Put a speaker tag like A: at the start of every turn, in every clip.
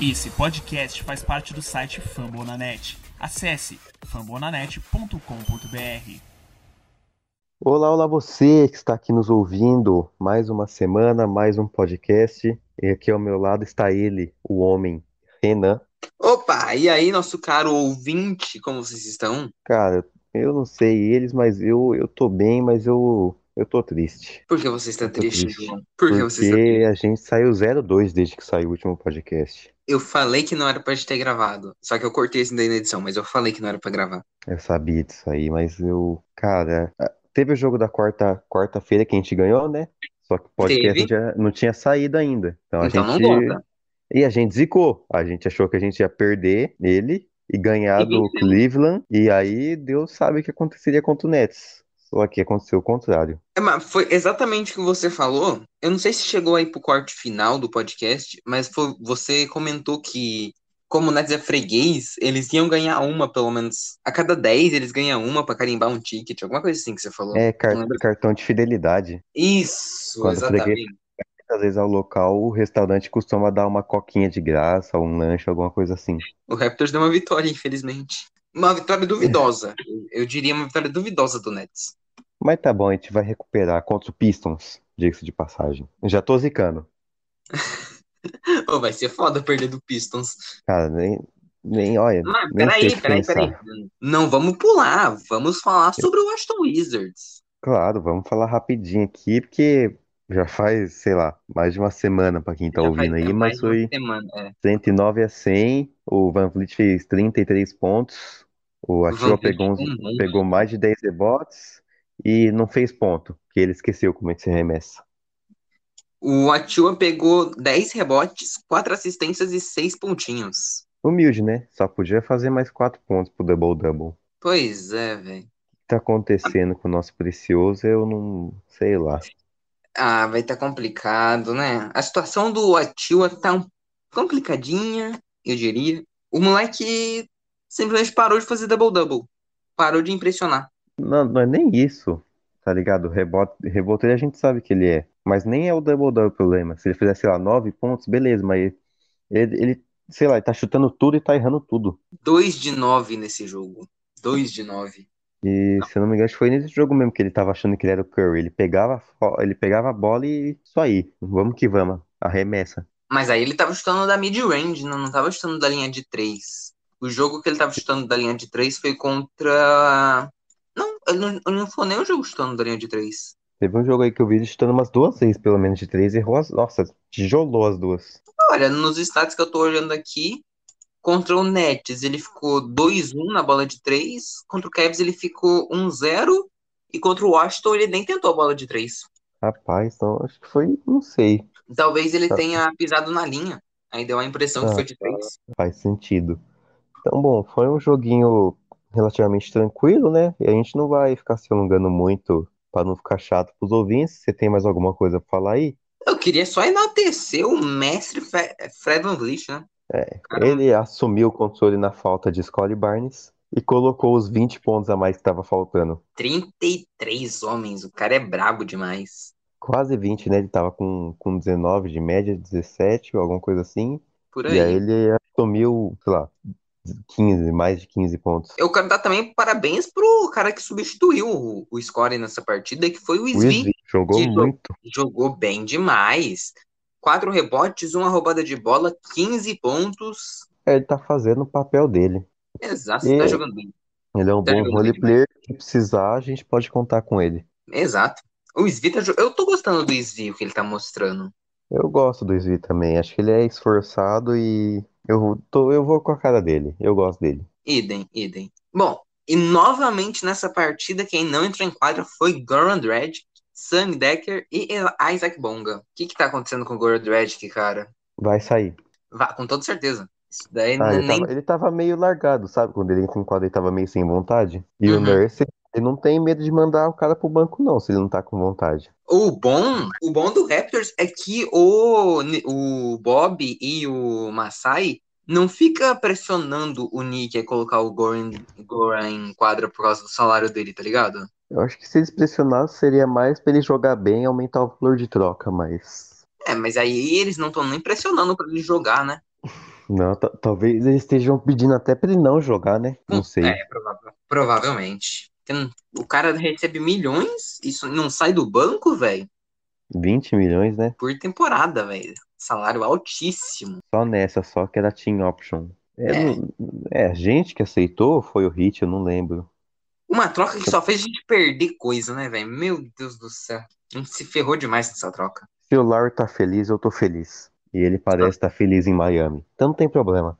A: Esse podcast faz parte do site Fambonanet. Acesse fambonanet.com.br.
B: Olá, olá você que está aqui nos ouvindo. Mais uma semana, mais um podcast. E aqui ao meu lado está ele, o homem, Renan.
C: Opa, e aí, nosso caro ouvinte, como vocês estão?
B: Cara, eu não sei eles, mas eu, eu tô bem, mas eu, eu tô triste.
C: Por que você está
B: tô
C: triste,
B: triste.
C: João? Por que você está
B: Porque a gente saiu 02 desde que saiu o último podcast.
C: Eu falei que não era pra gente ter gravado. Só que eu cortei isso daí na edição, mas eu falei que não era pra gravar.
B: Eu sabia disso aí, mas eu. Cara, teve o jogo da quarta, quarta-feira que a gente ganhou, né? Só que o podcast
C: Teve.
B: não tinha, não tinha saído ainda. Então a
C: então
B: gente.
C: não conta.
B: E a gente zicou. A gente achou que a gente ia perder ele e ganhar
C: E
B: do Cleveland. E aí Deus sabe o que aconteceria contra o Nets. Só que aconteceu o contrário.
C: É, mas foi exatamente o que você falou. Eu não sei se chegou aí pro corte final do podcast, mas foi- você comentou que, como o Nets é freguês, eles iam ganhar uma, pelo menos. A cada 10, eles ganham uma pra carimbar um ticket, alguma coisa assim que você falou.
B: É car-
C: Lembra?
B: cartão de fidelidade.
C: Isso,
B: Quando o freguês-
C: exatamente.
B: Às vezes ao local, o restaurante costuma dar uma coquinha de graça, um lanche, alguma coisa assim.
C: O Raptors deu uma vitória, infelizmente. Uma vitória duvidosa.
B: É.
C: Eu diria uma vitória duvidosa do Nets.
B: Mas tá bom, a gente vai recuperar contra o Pistons, diga-se de passagem. Já tô zicando.
C: Ô, vai ser foda perder do Pistons.
B: Cara, nem, nem olha,
C: Mas
B: nem sei o
C: peraí,
B: que
C: peraí,
B: pensar.
C: peraí. Não vamos pular. Vamos falar sobre o Washington Wizards.
B: Claro, vamos falar rapidinho aqui, porque já faz, sei lá, mais de uma semana pra quem tá
C: Já
B: ouvindo
C: faz
B: aí, mas
C: mais uma
B: foi
C: semana, é.
B: 109 a 100, o Van Vliet fez 33 pontos, o Atiba
C: Vamos ver
B: pegou, uns-
C: um monte.
B: pegou mais de 10 rebotes e não fez ponto, porque ele esqueceu como é que se remessa.
C: O Atua pegou 10 rebotes, 4 assistências e 6 pontinhos.
B: Humilde, né? Só podia fazer mais 4 pontos pro double-double. O
C: Pois é, velho.
B: que tá acontecendo com o nosso precioso, eu não sei lá.
C: Ah, vai tá complicado, né? A situação do Atua tá um- complicadinha, eu diria. O moleque simplesmente parou de fazer double-double. Parou de impressionar.
B: Não, não é nem isso, tá ligado? O Rebote, reboteiro a gente sabe que ele é. Mas nem é o double-double o problema. Se ele fizesse, sei lá, 9 pontos, beleza, mas ele, ele, sei lá, ele tá chutando tudo e tá errando tudo.
C: 2 de 9 nesse jogo. 2 de 9.
B: E se eu não me engano, acho que foi nesse jogo mesmo que ele tava achando que ele era o Curry. Ele pegava, a fo- ele pegava a bola e isso aí. Vamos que vamos. Arremessa.
C: Mas aí ele tava chutando da mid-range, né? não, não tava chutando da linha de 3. O jogo que ele tava chutando da linha de 3 foi contra. Não, ele não, ele não foi nem o jogo chutando da linha de 3.
B: Teve um jogo aí que eu vi ele chutando umas duas vezes, pelo menos, de três. Errou as. Nossa, tijolou as duas.
C: Olha, nos stats que eu tô olhando aqui, contra o Nets ele ficou 2-1 na bola de 3, contra o Cavs ele ficou 1-0, e contra o Washington ele nem tentou a bola de 3.
B: Rapaz, então acho que foi. Não sei.
C: Talvez ele
B: Tá.
C: tenha pisado na linha, aí deu a impressão
B: Ah,
C: que foi de 3.
B: Faz sentido. Então, bom, foi um joguinho relativamente tranquilo, né? E a gente não vai ficar se alongando muito pra não ficar chato pros ouvintes. Você tem mais alguma coisa pra falar aí?
C: Eu queria só enaltecer o mestre Fe- Fred VanVleet, né?
B: É,
C: Cara,
B: ele assumiu o controle na falta de Scottie Barnes e colocou os 20 pontos a mais que tava faltando.
C: 33 homens, o cara é brabo demais.
B: Quase 20, né? Ele tava com, com 19 de média, 17 ou alguma coisa assim.
C: Por
B: E aí
C: aí.
B: ele assumiu, sei lá, 15, mais de 15 pontos.
C: Eu quero dar também parabéns pro cara que substituiu o, o score nessa partida, que foi o
B: O
C: Svi.
B: Svi jogou
C: que jogou-
B: muito.
C: Jogou bem demais. Quatro rebotes, uma roubada de bola, 15 pontos.
B: É, Ele tá fazendo o papel dele.
C: Exato,
B: E-
C: tá jogando bem.
B: Ele é um
C: Tá
B: bom
C: jogando bem.
B: roleplayer. Se precisar, a gente pode contar com ele.
C: Exato. O Svi tá jo- Eu tô gostando do Svi, o que ele tá mostrando.
B: Eu gosto do Svi também. Acho que ele é esforçado e eu tô, eu vou com a cara dele. Eu gosto dele.
C: Idem, idem. Bom, e novamente nessa partida, quem não entrou em quadra foi Goran Dragic, Sam Decker e Isaac Bonga. O que que tá acontecendo com o Goran Dragic, cara?
B: Vai sair.
C: Vá, com toda certeza. Isso daí
B: Ah, ele,
C: nem...
B: tava, ele tava meio largado, sabe? Quando ele entra em quadra, ele tava meio sem vontade. E o
C: Uhum.
B: Nurse, ele não tem medo de mandar o cara pro banco, não, se ele não tá com vontade.
C: O bom, o bom do Raptors é que o, Ni- o Bob e o Masai não fica pressionando o Nick a colocar o Goran, Goran em quadra por causa do salário dele, tá ligado?
B: Eu acho que se eles pressionassem, seria mais pra ele jogar bem e aumentar o valor de troca, mas.
C: É, mas aí eles não estão nem pressionando pra ele jogar, né?
B: Não, ta- talvez eles estejam pedindo até pra ele não jogar, né? Não sei.
C: É, prova- provavelmente. Tem- um, O cara recebe milhões e isso não sai do banco, velho,
B: 20 milhões, né?
C: por temporada, velho. Salário altíssimo.
B: Só nessa, só que era team option. É,
C: É.
B: não- é, a gente que aceitou ou foi o Hit, eu não lembro.
C: Uma troca que só fez a gente perder coisa, né, velho? Meu Deus do céu. A gente se ferrou demais nessa troca.
B: Se o Lowry tá feliz, eu tô feliz. E ele parece estar feliz em Miami. Então não tem problema.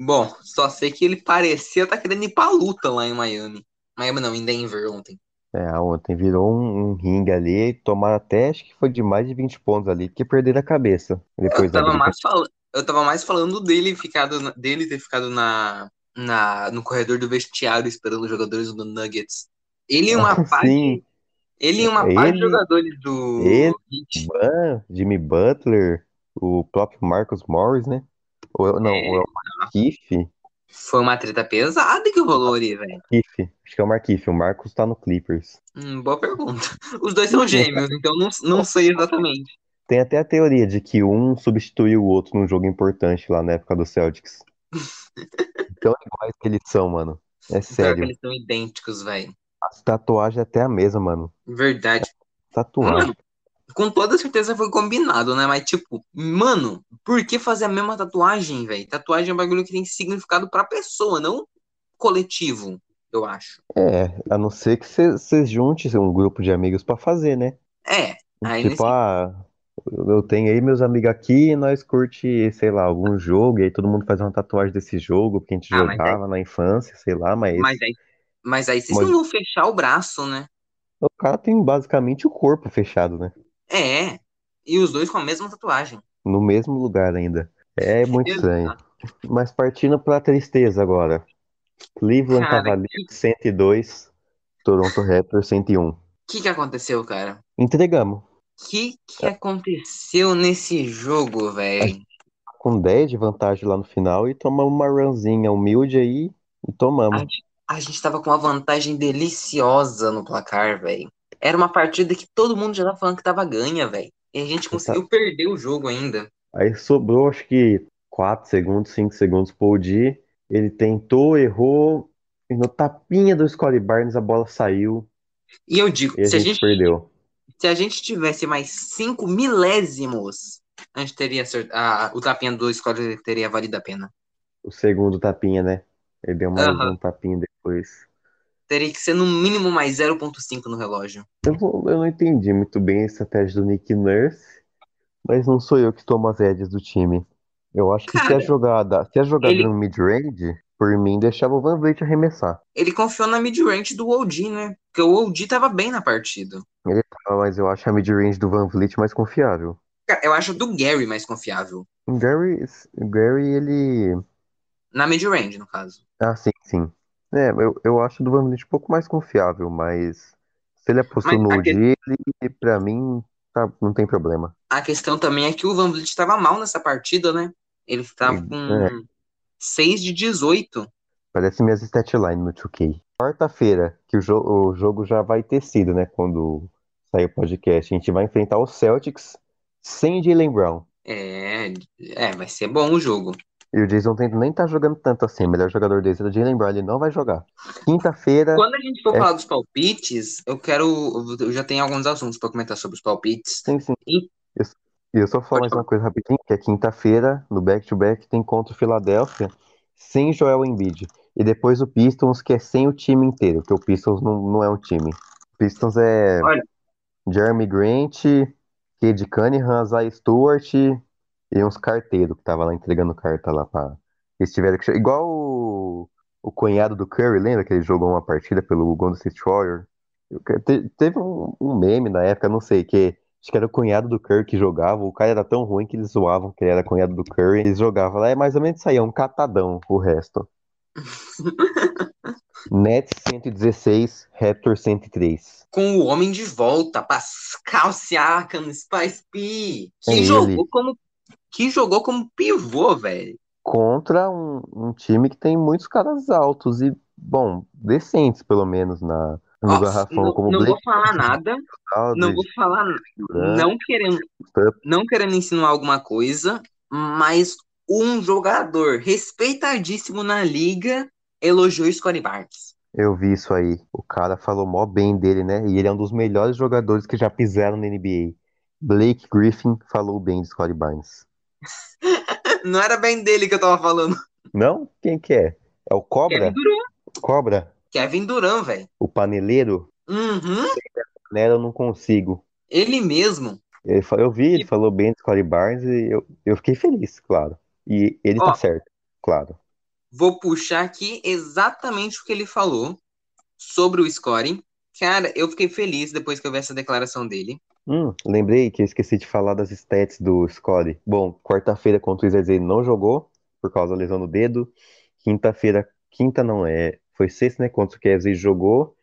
C: Bom, só sei que ele parecia tá querendo ir pra luta lá em Miami. Miami não, em Denver ontem.
B: É, ontem virou um, um ringue ali, tomaram até, acho que foi de mais de 20 pontos ali, que perderam a cabeça
C: Eu
B: depois da
C: tava
B: briga.
C: mais, fal... eu tava mais falando dele, ficado na- dele ter ficado na... Na... no corredor do vestiário esperando os jogadores do Nuggets. Ele e uma parte.
B: Sim,
C: Ele e uma parte
B: Ele-
C: de jogadores do
B: ele-
C: Heat.
B: Ban, Jimmy Butler, o próprio Marcus Morris, né? Ou, não,
C: É.
B: ou é o Markiff?
C: Foi uma treta pesada que rolou ali, velho.
B: Markiff, acho que é o Markiff, o Marcos tá no Clippers.
C: Hum, boa pergunta. Os dois são gêmeos, então não, não sei exatamente.
B: Tem até a teoria de que um substituiu o outro num jogo importante lá na época do Celtics. Tão iguais que eles são, mano. É
C: Pior que
B: sério.
C: eles são idênticos, velho.
B: As tatuagens é até a mesma, mano.
C: Verdade.
B: Tatuagem.
C: Com toda certeza foi combinado, né? Mas, tipo, mano, por que fazer a mesma tatuagem, velho? Tatuagem é um bagulho que tem significado pra pessoa, não coletivo, eu acho.
B: É, a não ser que vocês junte um grupo de amigos pra fazer, né?
C: É, aí
B: Tipo,
C: nesse-
B: ah, eu tenho aí meus amigos aqui e nós curte, sei lá, algum jogo, e aí todo mundo faz uma tatuagem desse jogo, porque a gente
C: Ah, mas
B: jogava na infância, sei lá, mas
C: mas aí, mas aí vocês
B: Mas-
C: não vão fechar o braço, né?
B: o cara tem basicamente o corpo fechado, né?
C: É. E os dois com a mesma tatuagem.
B: No mesmo lugar ainda. É muito estranho. Mas partindo pra tristeza agora. Cleveland
C: Cara,
B: Cavaliers 102, Toronto Raptors 101.
C: O que que aconteceu, cara?
B: Entregamos.
C: O que que aconteceu nesse jogo, velho?
B: Com 10 de vantagem lá no final e tomamos uma runzinha humilde aí e tomamos.
C: Ai. A gente tava com uma vantagem deliciosa no placar, velho. Era uma partida que todo mundo já tava falando que tava ganha, velho. E a gente conseguiu perder o jogo ainda.
B: Aí sobrou acho que 4 segundos, 5 segundos pro OG. Ele tentou, errou. E no tapinha do Scottie Barnes a bola saiu
C: E eu digo,
B: e a
C: se, a
B: gente
C: gente,
B: perdeu.
C: se a gente tivesse mais cinco milésimos, a gente teria acertado. o tapinha do Scott teria valido a pena.
B: O segundo tapinha, né? Ele deu mais
C: Aham.
B: um tapinha depois.
C: Teria que ser no mínimo mais 0,5 no relógio.
B: Eu, vou- eu não entendi muito bem a estratégia do Nick Nurse, mas não sou eu que tomo as rédeas do time. Eu acho que se a
C: Cara,
B: jogada, se a jogada
C: ele-
B: era um mid-range, por mim deixava o Van Vliet arremessar.
C: Ele confiou na mid-range do OG, né? Porque o OG tava bem na partida.
B: Ah, Mas eu acho a mid-range do Van Vliet mais confiável.
C: Cara, eu acho do Gary mais confiável.
B: O Gary, o Gary, ele.
C: Na mid-range, no caso.
B: Ah, sim, sim. É, eu, eu acho do Van Vliet um pouco mais confiável, mas se ele apostou
C: Mas
B: no
C: aquele-
B: OG, ele, pra mim, tá- não tem problema.
C: A questão também é que o Van Vliet estava mal nessa partida, né? Ele tava
B: é.
C: com 6 de 18.
B: Parece minhas statline no 2K. Quarta-feira, que o, jo- o jogo já vai ter sido, né? Quando sair o podcast, a gente vai enfrentar o Celtics sem Jalen Brown.
C: É, é, vai ser bom o jogo.
B: E o Jason Tatum nem tá jogando tanto assim. O melhor jogador deles era o Jalen Brown, ele não vai jogar. Quinta-feira,
C: Quando a gente for
B: É.
C: falar dos palpites, eu quero. Eu já tenho alguns assuntos pra comentar sobre os palpites.
B: sim, sim.
C: E-
B: Eu, eu só falo
C: Pode
B: mais
C: falar.
B: uma coisa rapidinho, que é quinta-feira, no back-to-back, tem contra o Philadelphia sem Joel Embiid. E depois o Pistons, que é sem o time inteiro, porque o Pistons não, não é um time. O Pistons é
C: Olha.
B: Jeremy Grant, Cade Cunningham, Zay Stewart e uns carteiros que tava lá entregando carta lá pra. Eles tiveram que. che- Igual o, o cunhado do Curry, lembra que ele jogou uma partida pelo Golden State Warrior? Eu que- te- teve um, um meme na época, não sei, que acho que era o cunhado do Curry que jogava. O cara era tão ruim que eles zoavam que ele era cunhado do Curry. Eles jogavam lá, é mais ou menos isso aí, é um catadão o resto. Nets 116, Raptor 103.
C: Com o homem de volta, Pascal Siakam, Spice P, que
B: É ele.
C: jogou como. Que jogou como pivô, velho.
B: contra um, um time que tem muitos caras altos e, bom, decentes, pelo menos, na, no
C: Ó,
B: garrafão,
C: não,
B: como
C: não vou
B: Blake
C: falar nada. Não
B: Aldridge,
C: vou
B: Né?
C: falar
B: Durant.
C: Não querendo, não querendo insinuar alguma coisa, mas um jogador respeitadíssimo na liga elogiou o Scottie Barnes.
B: Eu vi isso aí. O cara falou mó bem dele, né? E ele é um dos melhores jogadores que já pisaram na NBA. Blake Griffin falou bem de Scottie Barnes.
C: Não era bem dele que eu tava falando.
B: Não? Quem que é? É o Cobra?
C: Kevin Durant.
B: Cobra?
C: Kevin Durant, velho.
B: O paneleiro?
C: Uhum.
B: Nela eu não consigo.
C: Ele mesmo.
B: Ele fa- Eu vi, ele falou bem de Scottie Barnes e eu, eu fiquei feliz, claro. E ele
C: Ó.
B: tá certo, claro.
C: Vou puxar aqui exatamente o que ele falou sobre o scoring. Cara, eu fiquei feliz depois que eu vi essa declaração dele.
B: Hum, lembrei que eu esqueci de falar das stats do Scottie. Bom, quarta-feira contra o Wizards ele não jogou por causa da lesão no dedo. Quinta-feira, quinta não é, foi sexta, né, contra o Cavs ele jogou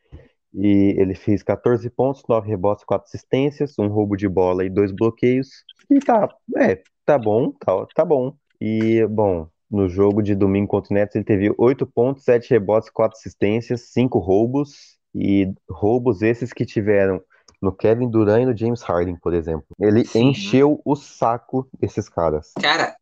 B: e ele fez 14 pontos, 9 rebotes, 4 assistências, um roubo de bola e dois bloqueios. E tá, é, tá bom, tá, tá bom. E bom, no jogo de domingo contra o Nets ele teve 8 pontos, 7 rebotes, 4 assistências, 5 roubos e roubos esses que tiveram no Kevin Durant e no James Harden, por exemplo. Ele
C: Sim.
B: encheu o saco desses caras.
C: Cara,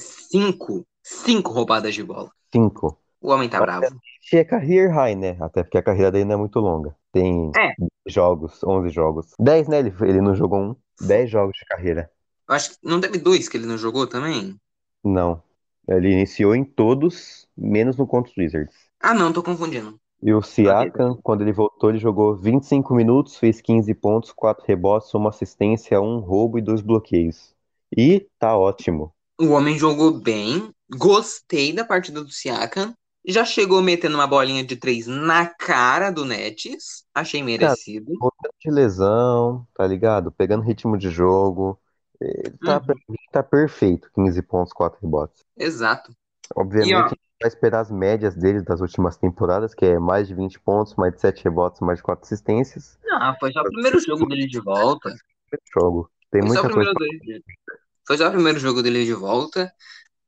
C: cinco. Cinco roubadas de bola.
B: Cinco.
C: O homem tá bravo.
B: Se é career high, né? Até porque a carreira dele não é muito longa. Tem
C: É.
B: jogos, 11 jogos. 10, né? Ele, ele não jogou um. 10 jogos de carreira.
C: Eu acho que não teve dois que ele não jogou também?
B: Não. Ele iniciou em todos, menos no contra os Wizards.
C: Ah, não, tô confundindo.
B: E o Siakam, quando ele voltou, ele jogou 25 minutos, fez 15 pontos, 4 rebotes, uma assistência, um roubo e dois bloqueios. E tá ótimo.
C: O homem jogou bem. Gostei da partida do Siakam. Já chegou metendo uma bolinha de três na cara do Nets.
B: Tá.
C: Achei merecido.
B: Voltando de lesão, tá ligado? Pegando ritmo de jogo. Ele tá,
C: Uhum.
B: pra mim, tá perfeito, 15 pontos, 4 rebotes.
C: Exato.
B: Obviamente,
C: E, ó.
B: a gente vai esperar as médias dele das últimas temporadas, que é mais de 20 pontos, mais de 7 rebotes, mais de 4 assistências.
C: Ah, foi só o primeiro jogo dele de volta.
B: Jogo. Tem
C: Foi só, é o
B: muita coisa.
C: primeiro dele- foi só o primeiro jogo dele de volta.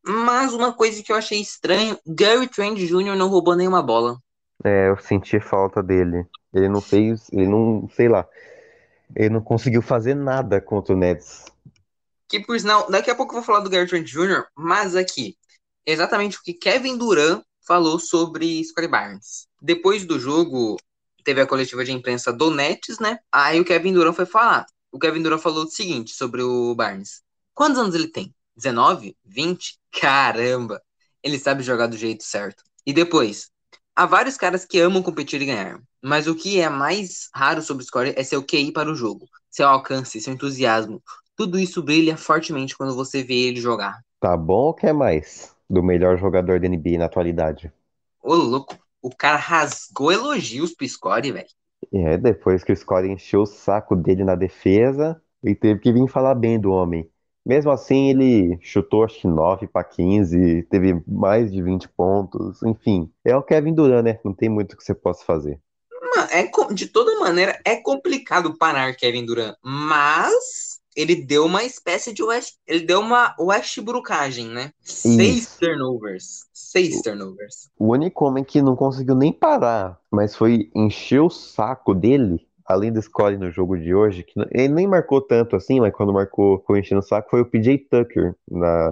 C: Mas uma coisa que eu achei estranho, Gary Trent Jr. não roubou nenhuma bola.
B: É, eu senti falta dele. Ele não fez, ele não, sei lá. Ele não conseguiu fazer nada contra o Nets.
C: Que por sinal, daqui a pouco eu vou falar do Gary Trent Jr., mas aqui, exatamente o que Kevin Durant falou sobre Scottie Barnes. Depois do jogo, teve a coletiva de imprensa do Nets, né? Aí o Kevin Durant foi falar. O Kevin Durant falou o seguinte sobre o Barnes. Quantos anos ele tem? 19? 20? Caramba! Ele sabe jogar do jeito certo. E depois, há vários caras que amam competir e ganhar, mas o que é mais raro sobre o Scottie é seu QI para o jogo, seu alcance, seu entusiasmo, tudo isso brilha fortemente quando você vê ele jogar.
B: Tá bom ou quer mais? Do melhor jogador da NBA na atualidade.
C: Ô, louco, o cara rasgou elogios pro Score, velho.
B: É, depois que o Scott encheu o saco dele na defesa, ele teve que vir falar bem do homem. Mesmo assim, ele chutou acho que 9 para 15, teve mais de 20 pontos, enfim. É o Kevin Durant, né? Não tem muito que você possa fazer.
C: Mano, é, co- de toda maneira, é complicado parar Kevin Durant, mas ele deu uma espécie de West, ele deu uma Westbrookagem, né? Seis turnovers. Seis turnovers.
B: O único homem que não conseguiu nem parar, mas foi encher o saco dele, além do Scott no jogo de hoje, que não- ele nem marcou tanto assim, mas quando marcou, ficou enchendo o saco, foi o PJ Tucker na,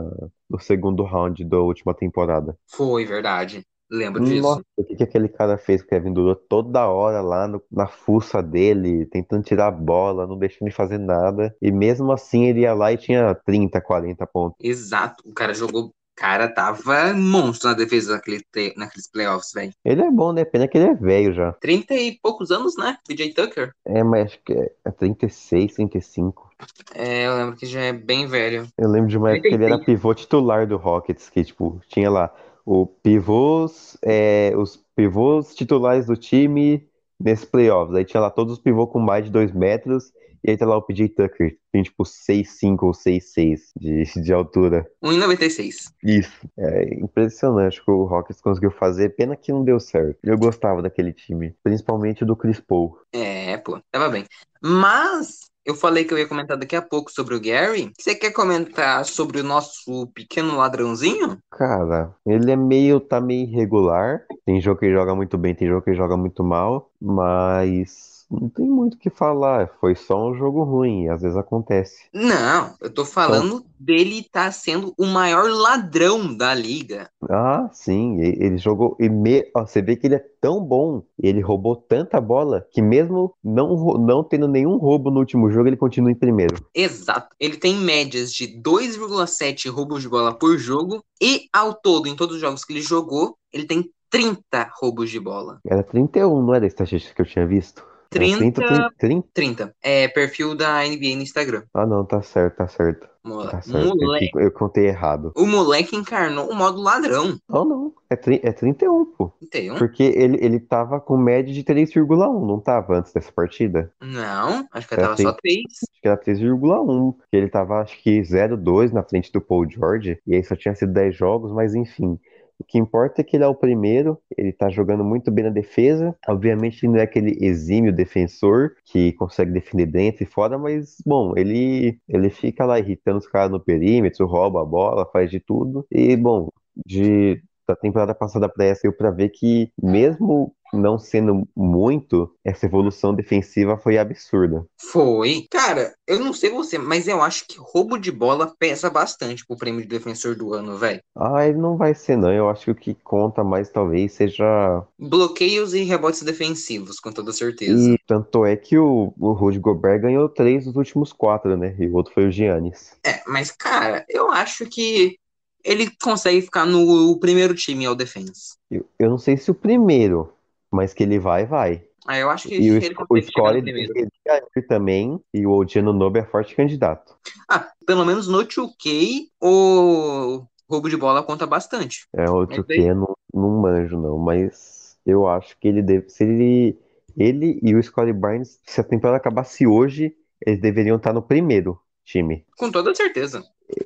B: no segundo round da última temporada.
C: Foi verdade. Lembro disso.
B: Nossa, o que que aquele cara fez com o Kevin Durant toda hora lá no- na fuça dele, tentando tirar a bola, não deixando ele fazer nada. E mesmo assim ele ia lá e tinha 30, 40 pontos.
C: Exato. O cara jogou. O cara tava monstro na defesa naquele te- naqueles playoffs, velho.
B: Ele é bom, né? Pena que ele é velho já.
C: Trinta e poucos anos, né? PJ Tucker.
B: É, mas acho que é é 36, 35.
C: É, eu lembro que já é bem velho.
B: Eu lembro de uma época que ele era
C: 36.
B: pivô titular do Rockets, que tipo, tinha lá o pivôs, é, os pivôs titulares do time nesse playoffs. Aí tinha lá todos os pivôs com mais de 2 metros, e aí tá lá o PJ Tucker, tem tipo 6'5 ou 6'6 de, de altura.
C: 1,96.
B: Isso. É impressionante o que o Rockets conseguiu fazer, pena que não deu certo. Eu gostava daquele time, principalmente do Chris Paul.
C: É, pô, tava bem. Mas eu falei que eu ia comentar daqui a pouco sobre o Gary. Você quer comentar sobre o nosso pequeno ladrãozinho?
B: Cara, ele é meio, tá meio irregular. Tem jogo que joga muito bem, tem jogo que joga muito mal, mas não tem muito o que falar. Foi só um jogo ruim, às vezes acontece.
C: Não, eu tô falando dele estar sendo o maior ladrão da liga.
B: Ah, sim, e- ele jogou. E me- ó, você vê que ele é tão bom, ele roubou tanta bola, que mesmo não, rou- não tendo nenhum roubo no último jogo, ele continua em primeiro.
C: Exato. Ele tem médias de 2,7 roubos de bola por jogo e ao todo, em todos os jogos que ele jogou, ele tem 30 roubos de bola.
B: Era 31, não era a estatística que eu tinha visto? Era
C: 30,
B: 30, 30?
C: 30. É perfil da NBA no Instagram.
B: Ah, não, tá certo, tá certo.
C: Mole-
B: Tá certo. Eu,
C: Moleque.
B: que- eu contei errado.
C: O moleque encarnou o modo ladrão.
B: Não, não. É, tri- é 31, pô.
C: Entendeu?
B: Porque ele, ele tava com média de 3,1, não tava antes dessa partida?
C: Não, acho que
B: Tá
C: tava só 3.
B: Acho que era 3,1. Que ele tava, acho que 0,2 na frente do Paul George. E aí só tinha sido 10 jogos, mas enfim. O que importa é que ele é o primeiro, ele tá jogando muito bem na defesa. Obviamente ele não é aquele exímio defensor que consegue defender dentro e fora, mas bom, ele ele fica lá irritando os caras no perímetro, rouba a bola, faz de tudo. E bom, de da temporada passada pra essa, eu pra ver que mesmo não sendo muito, essa evolução defensiva foi absurda.
C: Foi. Cara, eu não sei você, mas eu acho que roubo de bola pesa bastante pro prêmio de defensor do ano, velho.
B: Ah, ele não vai ser, não. Eu acho que o que conta mais talvez seja.
C: Bloqueios e rebotes defensivos, com toda certeza.
B: E tanto é que o, o Rudy Gobert ganhou três dos últimos quatro, né? E o outro foi o Giannis.
C: É, mas, cara, eu acho que ele consegue ficar no primeiro time ao defense.
B: Eu, eu não sei se o primeiro, mas que ele vai, vai.
C: Ah, eu acho que
B: E o, o
C: ele consegue chegar
B: Score
C: no primeiro.
B: deveria ir também. E o Giannunobi é forte candidato.
C: Ah, pelo menos no 2K, o roubo de bola conta bastante.
B: É outro
C: Mas
B: que eu não, não manjo, não. Mas eu acho que ele deve. Se ele, ele e o Scottie Barnes, se a temporada acabasse hoje, eles deveriam estar no primeiro time.
C: Com toda certeza.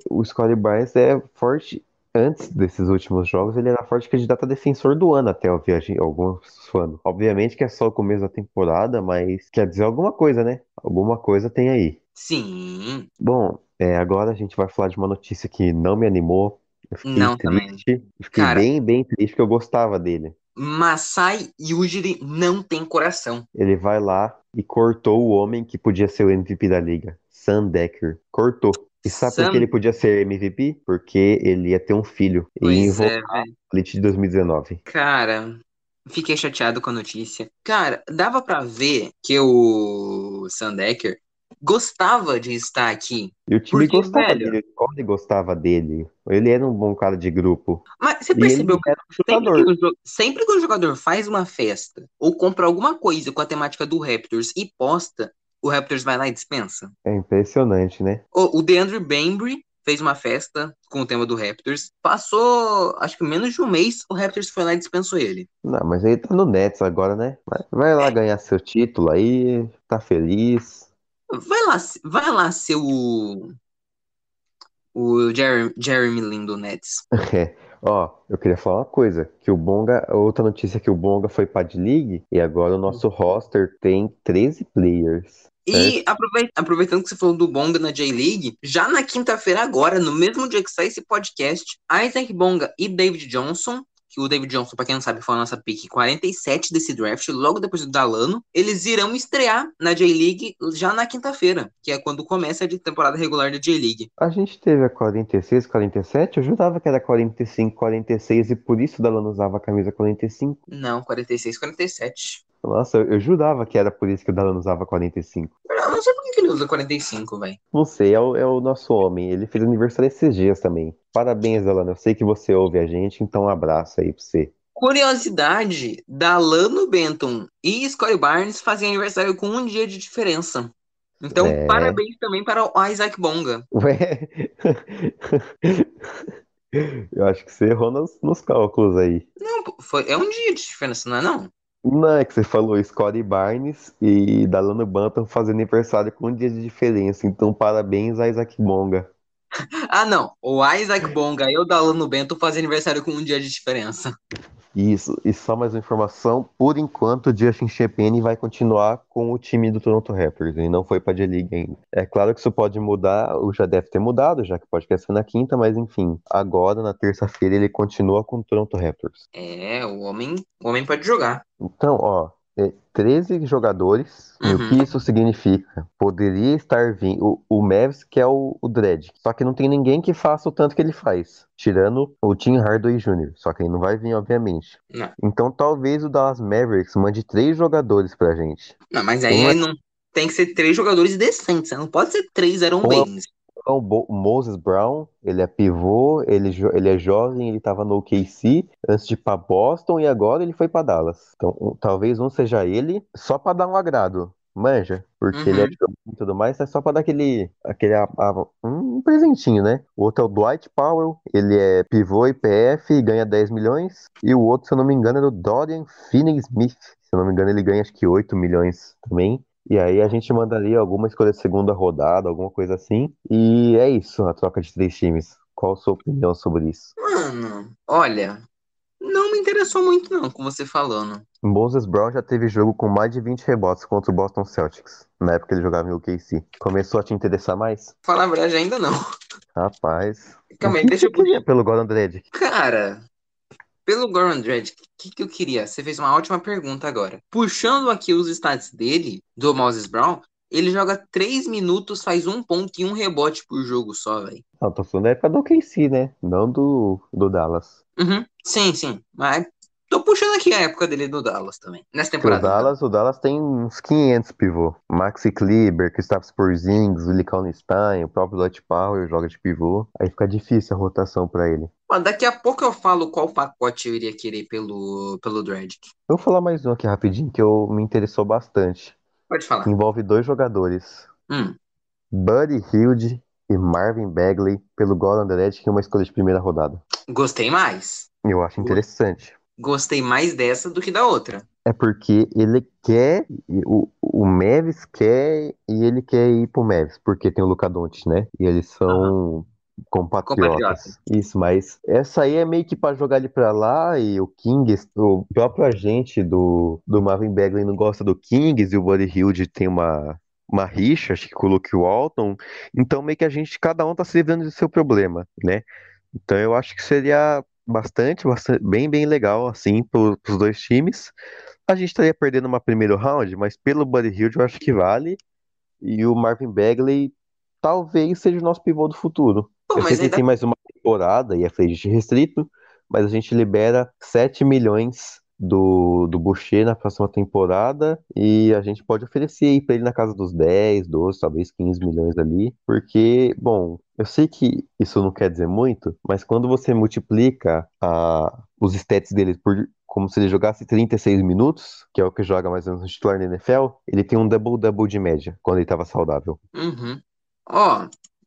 B: o Scottie Barnes é forte. Antes desses últimos jogos, ele era forte candidato a defensor do ano até eu vi a gente- alguns fãs. Obviamente que é só o começo da temporada, mas quer dizer alguma coisa, né? Alguma coisa tem aí.
C: Sim.
B: Bom, é, agora a gente vai falar de uma notícia que não me animou. Eu fiquei
C: Não, também.
B: triste. Eu Fiquei
C: Cara.
B: bem, bem triste, porque eu gostava dele.
C: Masai Ujiri não tem coração.
B: Ele vai lá e cortou o homem que podia ser o MVP da liga, Sam Decker. Cortou. E sabe por
C: Sam-
B: que ele podia ser MVP? Porque ele ia ter um filho. E
C: Pois
B: envol-
C: é, velho.
B: Elite de 2019.
C: Cara, fiquei chateado com a notícia. Cara, dava pra ver que o Sandecker gostava de estar aqui.
B: E o time
C: Porque,
B: gostava
C: velho-
B: dele, o Cole gostava dele. Ele era um bom cara de grupo.
C: Mas você
B: E ele
C: percebeu
B: era um
C: Sempre
B: chutador.
C: que, um jo- sempre que um jogador faz uma festa ou compra alguma coisa com a temática do Raptors e posta, o Raptors vai lá e dispensa.
B: É impressionante, né?
C: O, o DeAndre Bembry fez uma festa com o tema do Raptors. Passou, acho que menos de um mês, o Raptors foi lá e dispensou ele.
B: Não, mas ele tá no Nets agora, né? Vai- Vai lá ganhar seu título aí, tá feliz.
C: Vai lá, se- vai lá ser o. O Jeremy, Jeremy Lin do Nets.
B: É. Ó, eu queria falar uma coisa, que o Bonga, outra notícia é que o Bonga foi pra D League e agora o nosso roster tem 13 players.
C: E aprovei- aproveitando que você falou do Bonga na J-League, já na quinta-feira agora, no mesmo dia que sai esse podcast, Isaac Bonga e David Johnson, que o David Johnson, pra quem não sabe, foi a nossa pick 47 desse draft, logo depois do Dalano, eles irão estrear na J-League já na quinta-feira, que é quando começa a de- temporada regular da J-League.
B: A gente teve a 46, 47, eu jurava que era 45, 46 e por isso o Dalano usava a camisa 45.
C: Não, 46, 47.
B: Nossa, eu eu jurava que era por isso que o Dalano usava 45.
C: Eu não sei por que que ele usa 45, velho.
B: Não sei, é o, é o nosso homem. Ele fez aniversário esses dias também. Parabéns, Dalano. Eu sei que você ouve a gente, então um abraço aí pra você.
C: Curiosidade, Dalano Benton e Scottie Barnes fazem aniversário com um dia de diferença. Então,
B: É.
C: parabéns também para o Isaac Bonga.
B: Ué? Eu acho que você errou nos, nos cálculos aí.
C: Não, pô, foi, é um dia de diferença, não é não?
B: Não, é que você falou Scottie Barnes e Dalano Banton fazendo aniversário com um dia de diferença. Então, parabéns a Isaac Monga.
C: Ah, não. O Isaac Bonga e o Dalano Benton fazem aniversário com um dia de diferença.
B: Isso, e só mais uma informação, por enquanto o Justin Chepene vai continuar com o time do Toronto Raptors, ele não foi pra J-League ainda. É claro que isso pode mudar, ou já deve ter mudado, já que pode ser na quinta, mas enfim, agora na terça-feira ele continua com o Toronto Raptors.
C: É, o homem, o homem pode jogar.
B: Então, ó, é, 13 jogadores. E
C: Uhum.
B: o que isso significa? Poderia estar vindo o, o Mavs, que é o, o Dredd. Só que não tem ninguém que faça o tanto que ele faz. Tirando o Tim Hardaway Jr. Só que ele não vai vir, obviamente.
C: Não.
B: Então talvez o Dallas Mavericks mande três jogadores pra gente.
C: Não, mas aí
B: Uma-
C: não tem que ser três jogadores decentes, né? Não pode ser três Aaron
B: Uma-
C: Baines.
B: Então, o Bo- o Moses Brown, ele é pivô, ele, jo- ele é jovem, ele tava no OKC antes de ir pra Boston e agora ele foi pra Dallas. Então, um- talvez um seja ele, só pra dar um agrado. Manja, porque
C: Uhum.
B: ele é jovem e tudo mais, é só pra dar aquele, aquele a- a- um presentinho, né? O outro é o Dwight Powell, ele é pivô e PF, ganha 10 milhões. E o outro, se eu não me engano, é do Dorian Finney-Smith. Se eu não me engano, ele ganha acho que 8 milhões também. E aí a gente mandaria alguma escolha de segunda rodada, alguma coisa assim. E é isso, a troca de três times. Qual a sua opinião sobre isso?
C: Mano, olha, não me interessou muito não com você falando.
B: Moses Brown já teve jogo com mais de 20 rebotes contra o Boston Celtics, na época ele jogava em OKC. Começou a te interessar mais?
C: Falar a verdade ainda não.
B: Rapaz.
C: Calma
B: O
C: aí,
B: que você
C: deixa eu...
B: queria pelo Gordon Dredd?
C: Cara, pelo Goran Dredd, o que, que eu queria? Você fez uma ótima pergunta agora. Puxando aqui os stats dele, do Moses Brown, ele joga 3 minutos, faz um ponto e um rebote por jogo só, velho.
B: Não, tô falando da época do OKC, né? Não do, do Dallas.
C: Uhum, sim, sim. Mas tô puxando aqui a época dele do Dallas então. também. Nessa
B: Porque o
C: temporada.
B: Dallas, o Dallas tem uns 500 pivô. Maxi Kleber, Kristaps Porzingis, Willi Stein, o próprio Dwight Powell joga de pivô. Aí fica difícil a rotação pra ele.
C: Ó, daqui a pouco eu falo qual pacote eu iria querer pelo, pelo Dredd.
B: Eu vou falar mais um aqui rapidinho que eu me interessou bastante.
C: Pode falar.
B: Envolve dois jogadores,
C: Hum,
B: Buddy Hilde e Marvin Bagley, pelo Golden Dredd, que é uma escolha de primeira rodada.
C: gostei mais.
B: Eu acho interessante.
C: Gostei mais dessa do que da outra.
B: É porque ele quer, e o, o Mavis quer e ele quer ir pro Mavis, porque tem o Luka Doncic, né? E eles são compatriotas.
C: Compatriotas.
B: Isso, mas essa aí é meio que pra jogar ele pra lá e o Kings, o próprio agente do, do Marvin Bagley não gosta do Kings e o Buddy Hilde tem uma, uma rixa, acho que colocou o Alton. Então meio que a gente, cada um tá se livrando do seu problema, né? Então eu acho que seria bastante, bastante bem, bem legal, assim, pro, pros dois times. A gente estaria perdendo uma primeiro round, mas pelo Buddy Hield eu acho que vale. E o Marvin Bagley talvez seja o nosso pivô do futuro. eu
C: Pô,
B: sei
C: mas
B: que
C: ainda.
B: tem mais uma temporada e é frente restrito, mas a gente libera 7 milhões do, do Boucher na próxima temporada e a gente pode oferecer aí pra ele na casa dos 10, 12, talvez 15 milhões ali, porque, bom, eu sei que isso não quer dizer muito, mas quando você multiplica a, os stats dele por como se ele jogasse 36 minutos, que é o que joga mais ou menos no titular na NFL, ele tem um double-double de média quando ele tava saudável.
C: Uhum. Ó,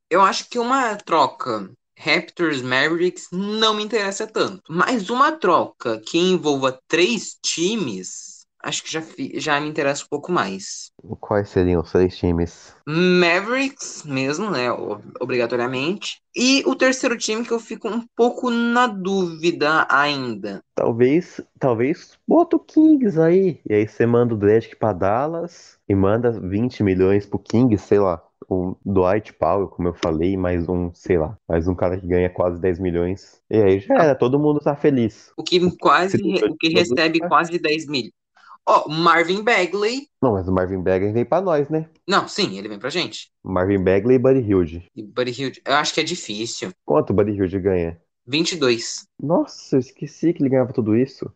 C: eu acho que uma troca Raptors Mavericks não me interessa tanto. Mas uma troca que envolva três times, acho que já, fi- já me interessa um pouco mais.
B: Quais seriam os três times?
C: Mavericks mesmo, né? o- Obrigatoriamente. E o terceiro time que eu fico um pouco na dúvida ainda.
B: Talvez, talvez bota o Kings aí. E aí você manda o Dredd pra Dallas e manda 20 milhões pro Kings, sei lá, o Dwight Powell, como eu falei, mais um, sei lá, mais um cara que ganha quase 10 milhões. E aí já era, todo mundo tá feliz.
C: O que
B: Esse
C: quase, o que
B: jogador
C: recebe
B: tá-
C: quase 10 mil. Ó, Marvin Bagley.
B: Não, mas o Marvin Bagley veio pra nós, né?
C: Não, sim, ele vem pra gente.
B: Marvin Bagley e Buddy Hilde.
C: E Buddy Hield, eu acho que é difícil.
B: Quanto o Buddy Hilde ganha?
C: 22.
B: Nossa, eu esqueci que ele ganhava tudo isso.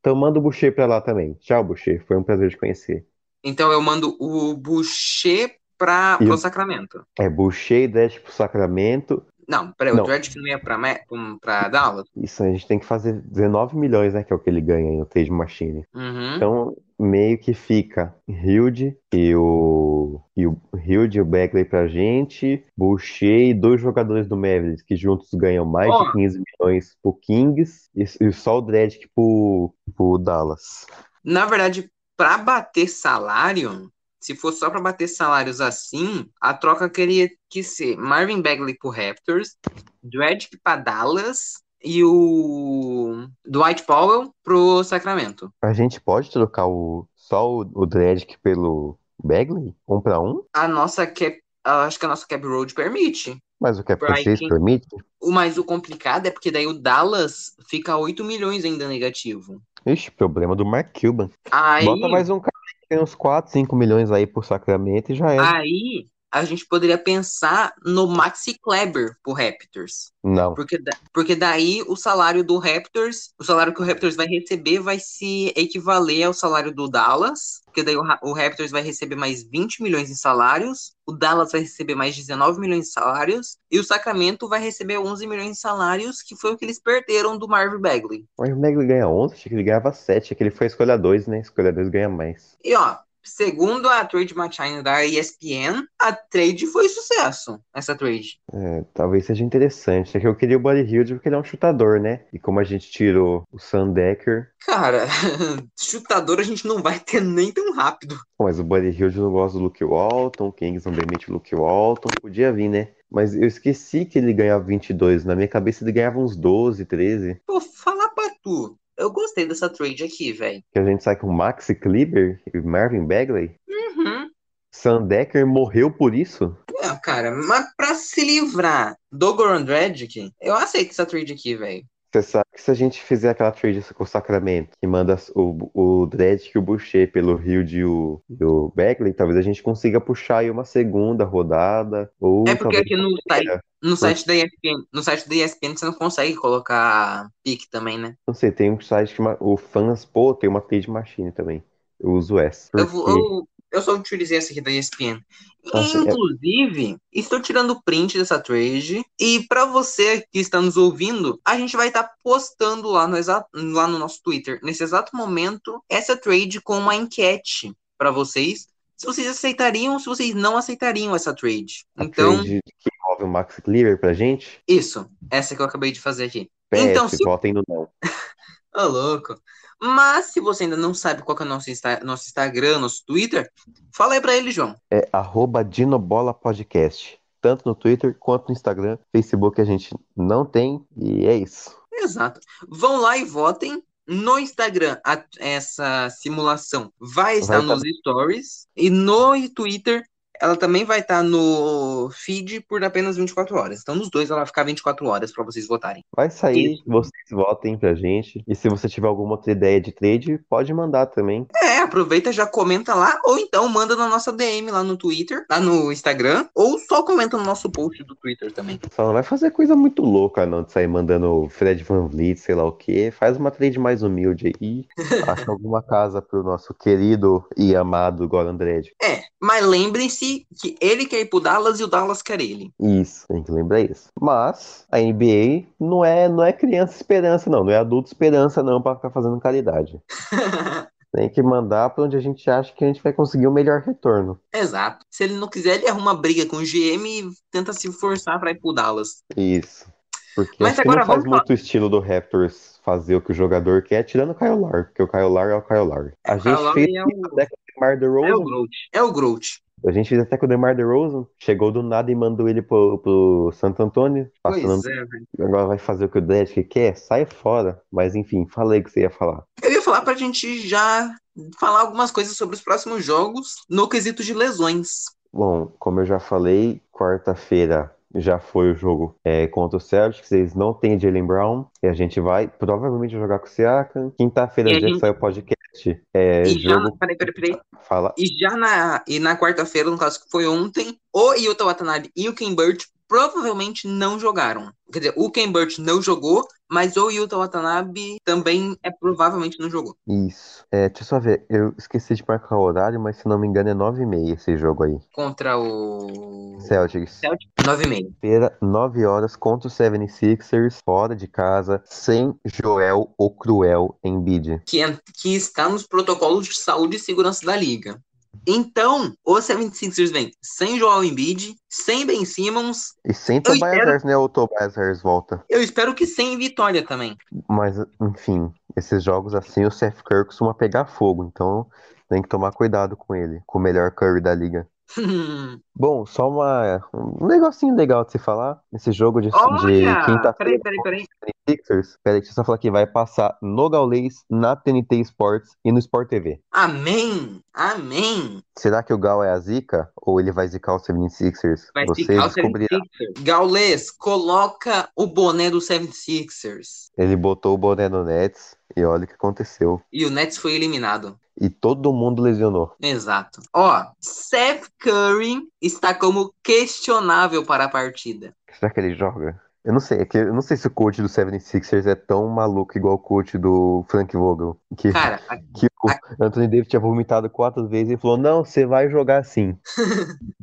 B: Então manda o Boucher pra lá também. Tchau, Boucher. Foi um prazer te conhecer.
C: Então eu mando o Boucher pra,
B: E
C: pro
B: o-
C: Sacramento.
B: É, Boucher e Dredd pro Sacramento.
C: Não, peraí, o
B: Não.
C: Dredd que não ia pra, Ma- pra- pra Dallas?
B: Isso, a gente tem que fazer 19 milhões, né? Que é o que ele ganha aí no Trade Machine.
C: Uhum.
B: Então, meio que fica Hilde e o, e o Hilde e o Beckley pra gente, Boucher e dois jogadores do Mavericks, que juntos ganham mais
C: Ó.
B: de 15 milhões pro Kings e, e só o Dredd pro, pro Dallas.
C: Na verdade, pra bater salário, se for só pra bater salários assim, a troca queria que ser Marvin Bagley pro Raptors, Dredd pra Dallas e o Dwight Powell pro Sacramento.
B: A gente pode trocar o, só o, o Dredd pelo Beckley? Um pra um?
C: A nossa cap, acho que a nossa cap road permite.
B: Mas o que
C: Pra
B: vocês
C: quem-
B: permite?
C: O mais o complicado é porque daí o Dallas fica 8 milhões ainda negativo.
B: Ixi, problema do Mark Cuban.
C: Aí,
B: Bota mais um cara aí que tem uns 4, 5 milhões aí por Sacramento e já é.
C: Ah, aí a gente poderia pensar no Maxi Kleber pro Raptors.
B: Não.
C: Porque, da- porque daí o salário do Raptors, o salário que o Raptors vai receber vai se equivaler ao salário do Dallas, porque daí o, Ra- o Raptors vai receber mais 20 milhões em salários, o Dallas vai receber mais 19 milhões em salários, e o Sacramento vai receber 11 milhões em salários, que foi o que eles perderam do Marvin Bagley.
B: Mas o Negro ganha 11, achei que ele ganhava 7, é que ele foi a escolha 2, né? Escolha 2 ganha mais.
C: E ó, segundo a trade machine da ESPN, a trade foi sucesso, essa trade.
B: É, talvez seja interessante. É que eu queria o Buddy Hilde porque ele é um chutador, né? E como a gente tirou o Sandecker.
C: Cara, chutador a gente não vai ter nem tão rápido.
B: Bom, mas o Buddy Hilde não gosta do Luke Walton, o Kings não permite o Luke Walton. Podia vir, né? Mas eu esqueci que ele ganhava 22. Na minha cabeça ele ganhava uns 12, 13.
C: Pô, falar pra tu. Eu gostei dessa trade aqui, velho.
B: Que a gente sai com Maxi Kleber e Marvin Bagley.
C: Uhum.
B: Sandecker morreu por isso?
C: É, cara, mas pra se livrar do Goran Dragic, eu aceito essa trade aqui, velho.
B: Você sabe que se a gente fizer aquela trade com o Sacramento, que manda o, o Dredd e o Boucher pelo Rio de o, e o Bagley, talvez a gente consiga puxar aí uma segunda rodada. Ou
C: É porque
B: talvez
C: aqui no site,
B: É.
C: no site da ESPN, no site da ESPN você não consegue colocar pique também, né?
B: Não sei, tem um site que ma- o fans, pô, tem uma trade machine também. Eu uso essa.
C: Eu,
B: Porque
C: vou- eu, eu só utilizei essa aqui da ESPN.
B: Nossa, é-
C: Inclusive, estou tirando print dessa trade. E pra você que está nos ouvindo, a gente vai estar postando lá no, exa- lá no nosso Twitter, nesse exato momento, essa trade com uma enquete pra vocês. Se vocês aceitariam ou se vocês não aceitariam essa trade.
B: a
C: Então,
B: trade que envolve o Max Cleaver pra gente,
C: isso. Essa que eu acabei de fazer aqui.
B: PS,
C: Então, se-
B: votem no não.
C: Ô, louco. Mas se você ainda não sabe qual que é o nosso, Insta- nosso Instagram, nosso Twitter, fala aí pra ele, João.
B: É arroba Dinobola Podcast. Tanto no Twitter quanto no Instagram. Facebook a gente não tem. E é isso.
C: Exato. Vão lá e votem. No Instagram, a- essa simulação vai estar
B: Vai
C: nos stories. E no Twitter, ela também vai estar no feed por apenas 24 horas. Então, nos dois, ela vai ficar 24 horas para vocês votarem.
B: Vai sair,
C: Isso.
B: vocês votem pra gente. E se você tiver alguma outra ideia de trade, pode mandar também.
C: É, aproveita, já comenta lá. Ou então, manda na nossa DM lá no Twitter, lá no Instagram. Ou só comenta no nosso post do Twitter também.
B: Só não vai fazer coisa muito louca, não, de sair mandando o Fred Van Vliet, sei lá o quê. Faz uma trade mais humilde aí. Acha alguma casa pro nosso querido e amado Goran Dredd.
C: É, mas lembrem-se que ele quer ir pro Dallas e o Dallas quer ele.
B: Isso, tem que lembrar isso. Mas a NBA não é, não é criança esperança, não. Não é adulto esperança, não, pra ficar fazendo caridade. Tem que mandar pra onde a gente acha que a gente vai conseguir o melhor retorno.
C: Exato. Se ele não quiser, ele arruma briga com o GM e tenta se forçar pra ir pro Dallas.
B: Isso. Porque
C: Mas
B: acho que
C: agora
B: não faz
C: vamos falar-
B: muito estilo do Raptors fazer o que o jogador quer, tirando o Kyle Lowry, porque o Kyle Lowry é o Kyle Lowry. A gente
C: Kyle Lowry
B: fez
C: é
B: isso
C: o-
B: até com o DeMar
C: É o
B: DeRozan,
C: Groot. É o Groot.
B: a gente fez até com o DeMar DeRozan, chegou do nada e mandou ele pro, pro Santo Antônio, passando
C: Pois é, velho.
B: agora vai fazer o que o Dredd quer, sai fora. Mas enfim, falei o que você ia falar.
C: Eu ia falar pra gente já falar algumas coisas sobre os próximos jogos no quesito de lesões.
B: Bom, como eu já falei, quarta-feira já foi o jogo é, contra o Celtics. Eles não têm Jalen Brown. E a gente vai provavelmente jogar com o Siakam. Quinta-feira,
C: E a
B: dia que
C: gente-
B: sai o podcast, é
C: e já,
B: jogo.
C: peraí, peraí, peraí.
B: Fala.
C: E já na, e na quarta-feira, no caso que foi ontem, o Yuta Watanabe e o Ken Burch provavelmente não jogaram. Quer dizer, o Ken Burch não jogou, mas o Yuta Watanabe também é provavelmente não jogou.
B: Isso. É, deixa eu só ver. Eu esqueci de marcar o horário, mas se não me engano é 9h30 esse jogo aí.
C: Contra o.
B: Celtics.
C: Celtic, 9,5.
B: Feira, 9 horas, contra o 76ers, fora de casa, sem Joel ou Cruel Embiid.
C: que, en- que está nos protocolos de saúde e segurança da liga. Então, o 76ers vem sem Joel Embiid, sem Ben Simmons,
B: E sem
C: espero-
B: Tobias Harris, né? O Tobias Harris volta.
C: eu espero que sem vitória também.
B: Mas, enfim, esses jogos assim, o Seth Curry costuma pegar fogo, então tem que tomar cuidado com ele, com o melhor Curry da liga. Bom, só uma, um negocinho legal de se falar. Esse jogo de, de
C: Olha! Peraí,
B: quinta-feira,
C: peraí, peraí.
B: Sixers. Peraí, deixa eu só falar que vai passar no Gaulês, na TNT Sports e no Sport TV.
C: Amém! Amém!
B: Será que o Gal é a zica? Ou ele vai zicar o 76ers?
C: Vai
B: Você
C: ficar o
B: descobrirá.
C: 76ers. Gaules, coloca o boné do 76ers.
B: Ele botou o boné no Nets e olha o que aconteceu.
C: E o Nets foi eliminado.
B: E todo mundo lesionou.
C: Exato. Ó, Seth Curry está como questionável para a partida.
B: Será que ele joga? Eu não sei, é que eu não sei se o coach do 76ers é tão maluco igual o coach do Frank Vogel. Que,
C: Cara, a-
B: que o Anthony Davis tinha vomitado quatro vezes e falou: Não, você vai jogar sim.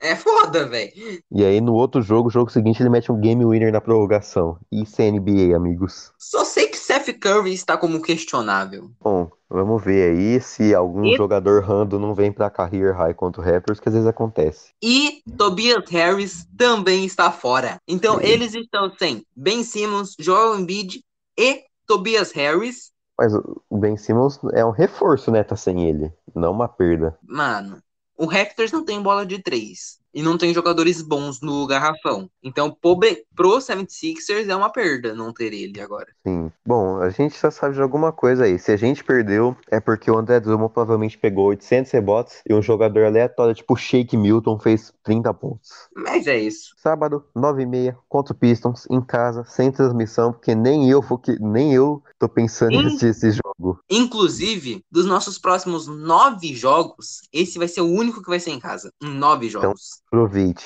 C: é foda, velho.
B: E aí no outro jogo, jogo seguinte, ele mete um game winner na prorrogação. Isso é NBA, amigos.
C: Só sei que Seth Curry está como questionável.
B: Bom, vamos ver aí se algum
C: E-
B: jogador random não vem pra career high contra o Raptors, que às vezes acontece.
C: E Tobias Harris também está fora. Então eles estão sem Ben Simmons, Joel Embiid e Tobias Harris.
B: Mas o o Ben Simmons é um reforço, né? Tá sem ele. Não uma perda.
C: Mano, o Raptors não tem bola de três. E não tem jogadores bons no garrafão. Então, pro, Ben- pro 76ers é uma perda não ter ele agora.
B: Sim. Bom, a gente já sabe de alguma coisa aí. Se a gente perdeu, é porque o André Drummond provavelmente pegou 800 rebotes e um jogador aleatório, tipo Shake Milton, fez 30 pontos.
C: Mas é isso.
B: Sábado, 9h30, contra o Pistons, em casa, sem transmissão, porque nem eu vou que nem eu tô pensando em
C: Sim.
B: assistir esse jogo.
C: Inclusive, dos nossos próximos nove jogos, esse vai ser o único que vai ser em casa. Em nove jogos.
B: Aproveite.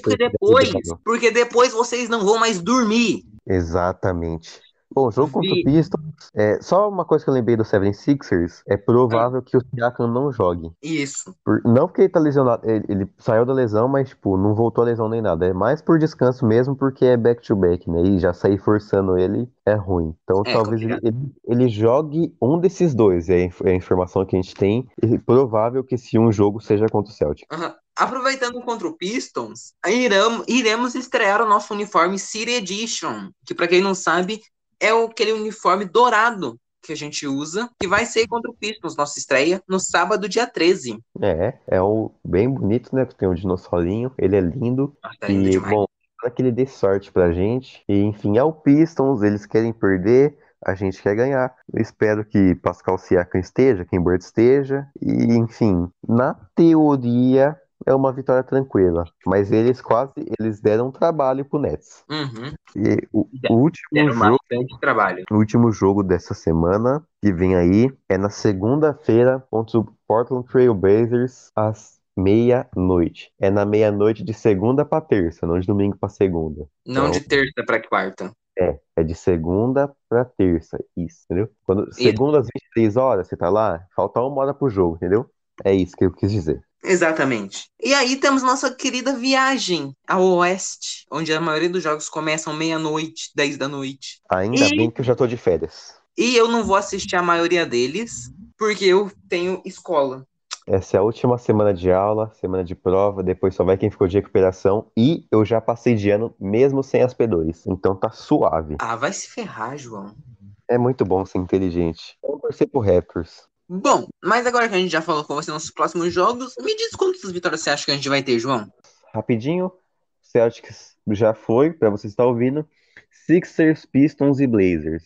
B: Pra
C: porque
B: ver a
C: depois,
B: partida do
C: porque depois vocês não vão mais dormir.
B: Exatamente. Bom, jogo contra
C: Vi.
B: o Pistons. É, só uma coisa que eu lembrei do 76ers, é provável que o Siakam não jogue.
C: Isso.
B: Por- não porque ele tá lesionado, ele, ele saiu da lesão, mas tipo, não voltou a lesão nem nada. É mais por descanso mesmo, porque é back-to-back, né? E já sair forçando ele é ruim. Então
C: É,
B: talvez ele, ele, ele jogue um desses dois, é a, inf- é a informação que a gente tem. E provável que se um jogo seja contra o Celtic.
C: Aham. Aproveitando contra o Pistons, irão- iremos estrear o nosso uniforme City Edition, que pra quem não sabe, é o- aquele uniforme dourado que a gente usa, que vai ser contra o Pistons, nossa estreia, no sábado, dia 13.
B: É, é um bem bonito, né? Tem um dinossaurinho, ele é lindo.
C: Ah, tá indo
B: E,
C: demais.
B: bom, para que ele dê sorte pra gente. E, enfim, é o Pistons, eles querem perder, a gente quer ganhar. Eu espero que Pascal Siakam esteja, que Bird esteja. E, enfim, na teoria é uma vitória tranquila. Mas eles quase, eles deram um trabalho pro Nets.
C: Uhum.
B: E o, o último
C: Deram
B: um jogo,
C: bastante trabalho.
B: o último jogo dessa semana, que vem aí, é na segunda-feira contra o Portland Trail Blazers, às meia-noite. É na meia-noite de segunda pra terça, não de domingo pra segunda.
C: Não
B: Então-
C: de terça pra quarta.
B: É de segunda pra terça, isso, entendeu? Quando, segunda às 23 horas, você tá lá, falta uma hora pro jogo, entendeu? É isso que eu quis dizer.
C: Exatamente. E aí temos nossa querida viagem ao oeste, onde a maioria dos jogos começam meia-noite, 10 da noite.
B: Ainda
C: E-
B: bem que eu já tô de férias.
C: E eu não vou assistir a maioria deles, porque eu tenho escola.
B: Essa é a última semana de aula, semana de prova, depois só vai quem ficou de recuperação e eu já passei de ano mesmo sem as P2, então tá suave.
C: Ah, vai se ferrar, João.
B: É muito bom ser inteligente. Vamos torcer pro Raptors.
C: Bom, mas agora que a gente já falou com você nos próximos jogos, me diz quantas vitórias você acha que a gente vai ter, João?
B: Rapidinho, Celtics já foi, pra você estar ouvindo. Sixers, Pistons e Blazers.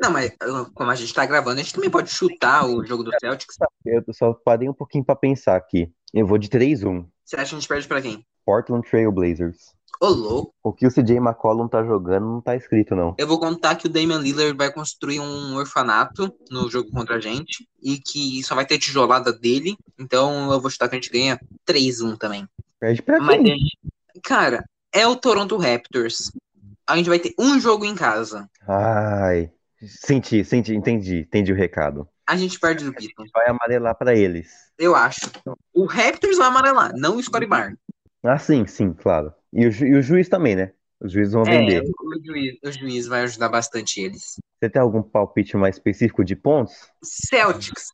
C: Não, mas uh, como a gente tá gravando, a gente também pode chutar o jogo do Celtics.
B: Eu só parei um pouquinho pra pensar aqui. Eu vou de 3-1.
C: Você acha que a gente perde pra quem?
B: Portland Trail Blazers.
C: Ô, louco.
B: O que o CJ McCollum tá jogando não tá escrito, não.
C: Eu vou contar que o Damian Lillard vai construir um orfanato no jogo contra a gente e que só vai ter tijolada dele. Então eu vou chutar que a gente ganha 3-1 também.
B: Perde pra
C: Mas,
B: quem?
C: é, cara, é o Toronto Raptors. A gente vai ter um jogo em casa.
B: Ai. Senti, senti, entendi, entendi o recado.
C: A gente perde do Pistons,
B: Vai amarelar pra eles.
C: eu acho. O Raptors vai amarelar, não o Scottie Barnes.
B: Ah, sim, sim, claro. E o, ju- e o juiz também, né? Os juízes vão
C: É,
B: vender.
C: o juiz, o juiz vai ajudar bastante eles.
B: Você tem algum palpite mais específico de pontos?
C: Celtics,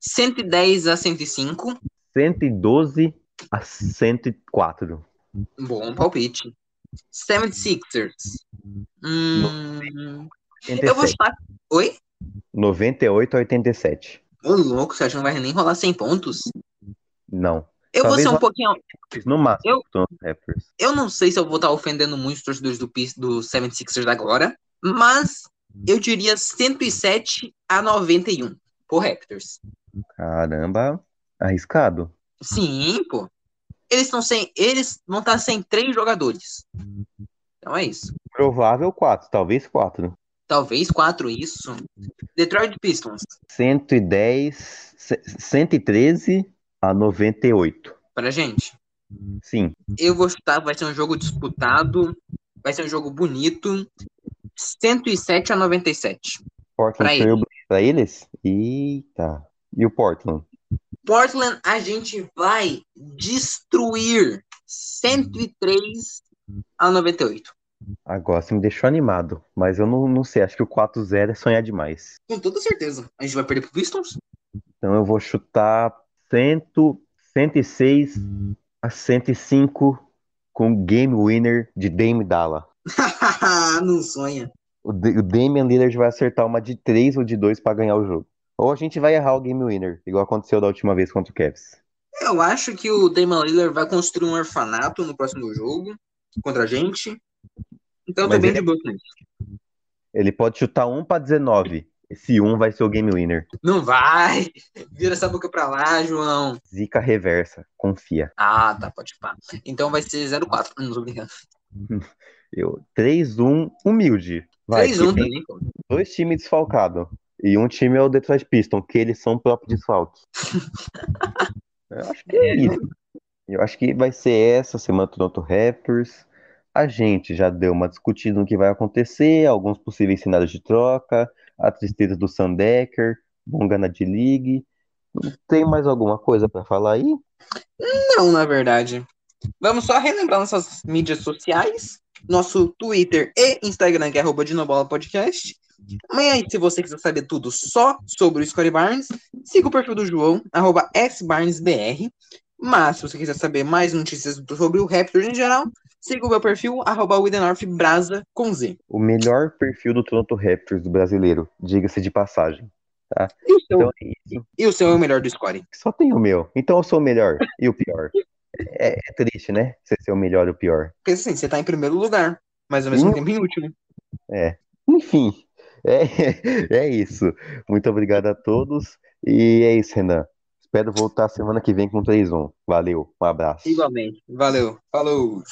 C: 110 a 105.
B: 112 a 104.
C: Bom palpite. 76ers. Hum, eu vou
B: 87.
C: chutar. Oi?
B: 98 a 87.
C: Ô, louco, você acha que não vai nem rolar 100 pontos?
B: Não.
C: Eu vou
B: Talvez
C: ser um
B: lá-
C: pouquinho.
B: No máximo,
C: Eu-
B: são os rappers.
C: Eu não sei se eu vou estar ofendendo muitos torcedores do, Pis- do 76ers agora, mas eu diria 107 a 91 pro Raptors.
B: Caramba, arriscado.
C: Sim, pô. Eles estão sem. Eles vão estar sem três jogadores. Então é isso.
B: Provável quatro, talvez quatro.
C: Talvez quatro, isso. Detroit Pistons.
B: 110, c- 113 a 98.
C: Pra gente.
B: Sim,
C: Eu vou chutar, vai ser um jogo disputado. Vai ser um jogo bonito. 107 a 97. Pra
B: Portland
C: ele.
B: Trail pra eles? Eita. E o Portland?
C: Portland, a gente vai destruir 103 a 98.
B: Agora você me deixou animado, mas eu não, não sei, acho que o 4-0 é sonhar demais.
C: Com toda certeza. A gente vai perder pro Pistons?
B: Então eu vou chutar 100, 106 a 105 com game winner de Dame Dalla.
C: Não sonha.
B: O, D- o Damian Lillard vai acertar uma de 3 ou de 2 pra ganhar o jogo. Ou a gente vai errar o game winner, igual aconteceu da última vez contra o Cavs.
C: Eu acho que o Damon Lillard vai construir um orfanato no próximo jogo contra a gente. Então eu tô
B: Mas
C: bem
B: ele-
C: de boa com isso.
B: Ele pode chutar 1 pra 19. Esse 1 vai ser o game winner.
C: Não vai! Vira essa boca pra lá, João.
B: Zica reversa, confia.
C: Ah, tá, pode pá. Então vai ser 0-4. Não tô brincando.
B: Eu 3-1 humilde. Vai,
C: 3-1
B: que tem
C: também, pô.
B: dois times desfalcados. E um time é o Detroit Pistons, que eles são o próprio desfalque. Eu acho que é isso. Eu acho que vai ser essa semana do Toronto Raptors. A gente já deu uma discutida no que vai acontecer, alguns possíveis cenários de troca, a tristeza do Sandecker, Bongana de League. Tem mais alguma coisa pra falar aí?
C: Não, na verdade. Vamos só relembrar nossas mídias sociais. Nosso Twitter e Instagram, que é arroba Dinobola Podcast. Amanhã, se você quiser saber tudo só sobre o Scottie Barnes, siga o perfil do João, arroba xbarnesbr. Mas, se você quiser saber mais notícias sobre o Raptors em geral, siga o meu perfil, arroba Brasa com Z.
B: O melhor perfil do Toronto Raptors do brasileiro, diga-se de passagem.
C: E o seu,
B: Então é isso.
C: e o seu é o melhor do Scottie.
B: Só tem o meu. Então eu sou o melhor e o pior. É, é triste, né? Você ser o melhor e o pior.
C: Pensa assim, você tá em primeiro lugar, mas ao mesmo
B: Hum.
C: tempo em último.
B: Enfim, é, é isso. Muito obrigado a todos. E é isso, Renan. Espero voltar semana que vem com 3-1. Valeu, um abraço.
C: Igualmente. Valeu. Falou.